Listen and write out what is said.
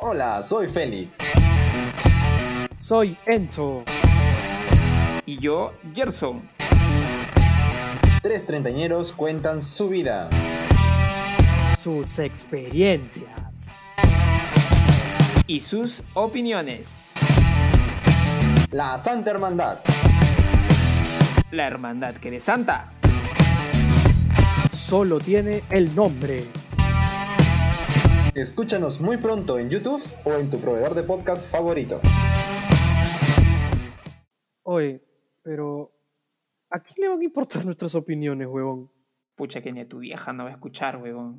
Hola, soy Félix. Soy Enzo. Y yo, Gerson. Tres treintañeros cuentan su vida. Sus experiencias. Y sus opiniones. La Santa Hermandad. La hermandad que de santa. Solo tiene el nombre. Escúchanos muy pronto en YouTube o en tu proveedor de podcast favorito. Oye, pero ¿a quién le van a importar nuestras opiniones, huevón? Pucha, que ni a tu vieja no va a escuchar, huevón.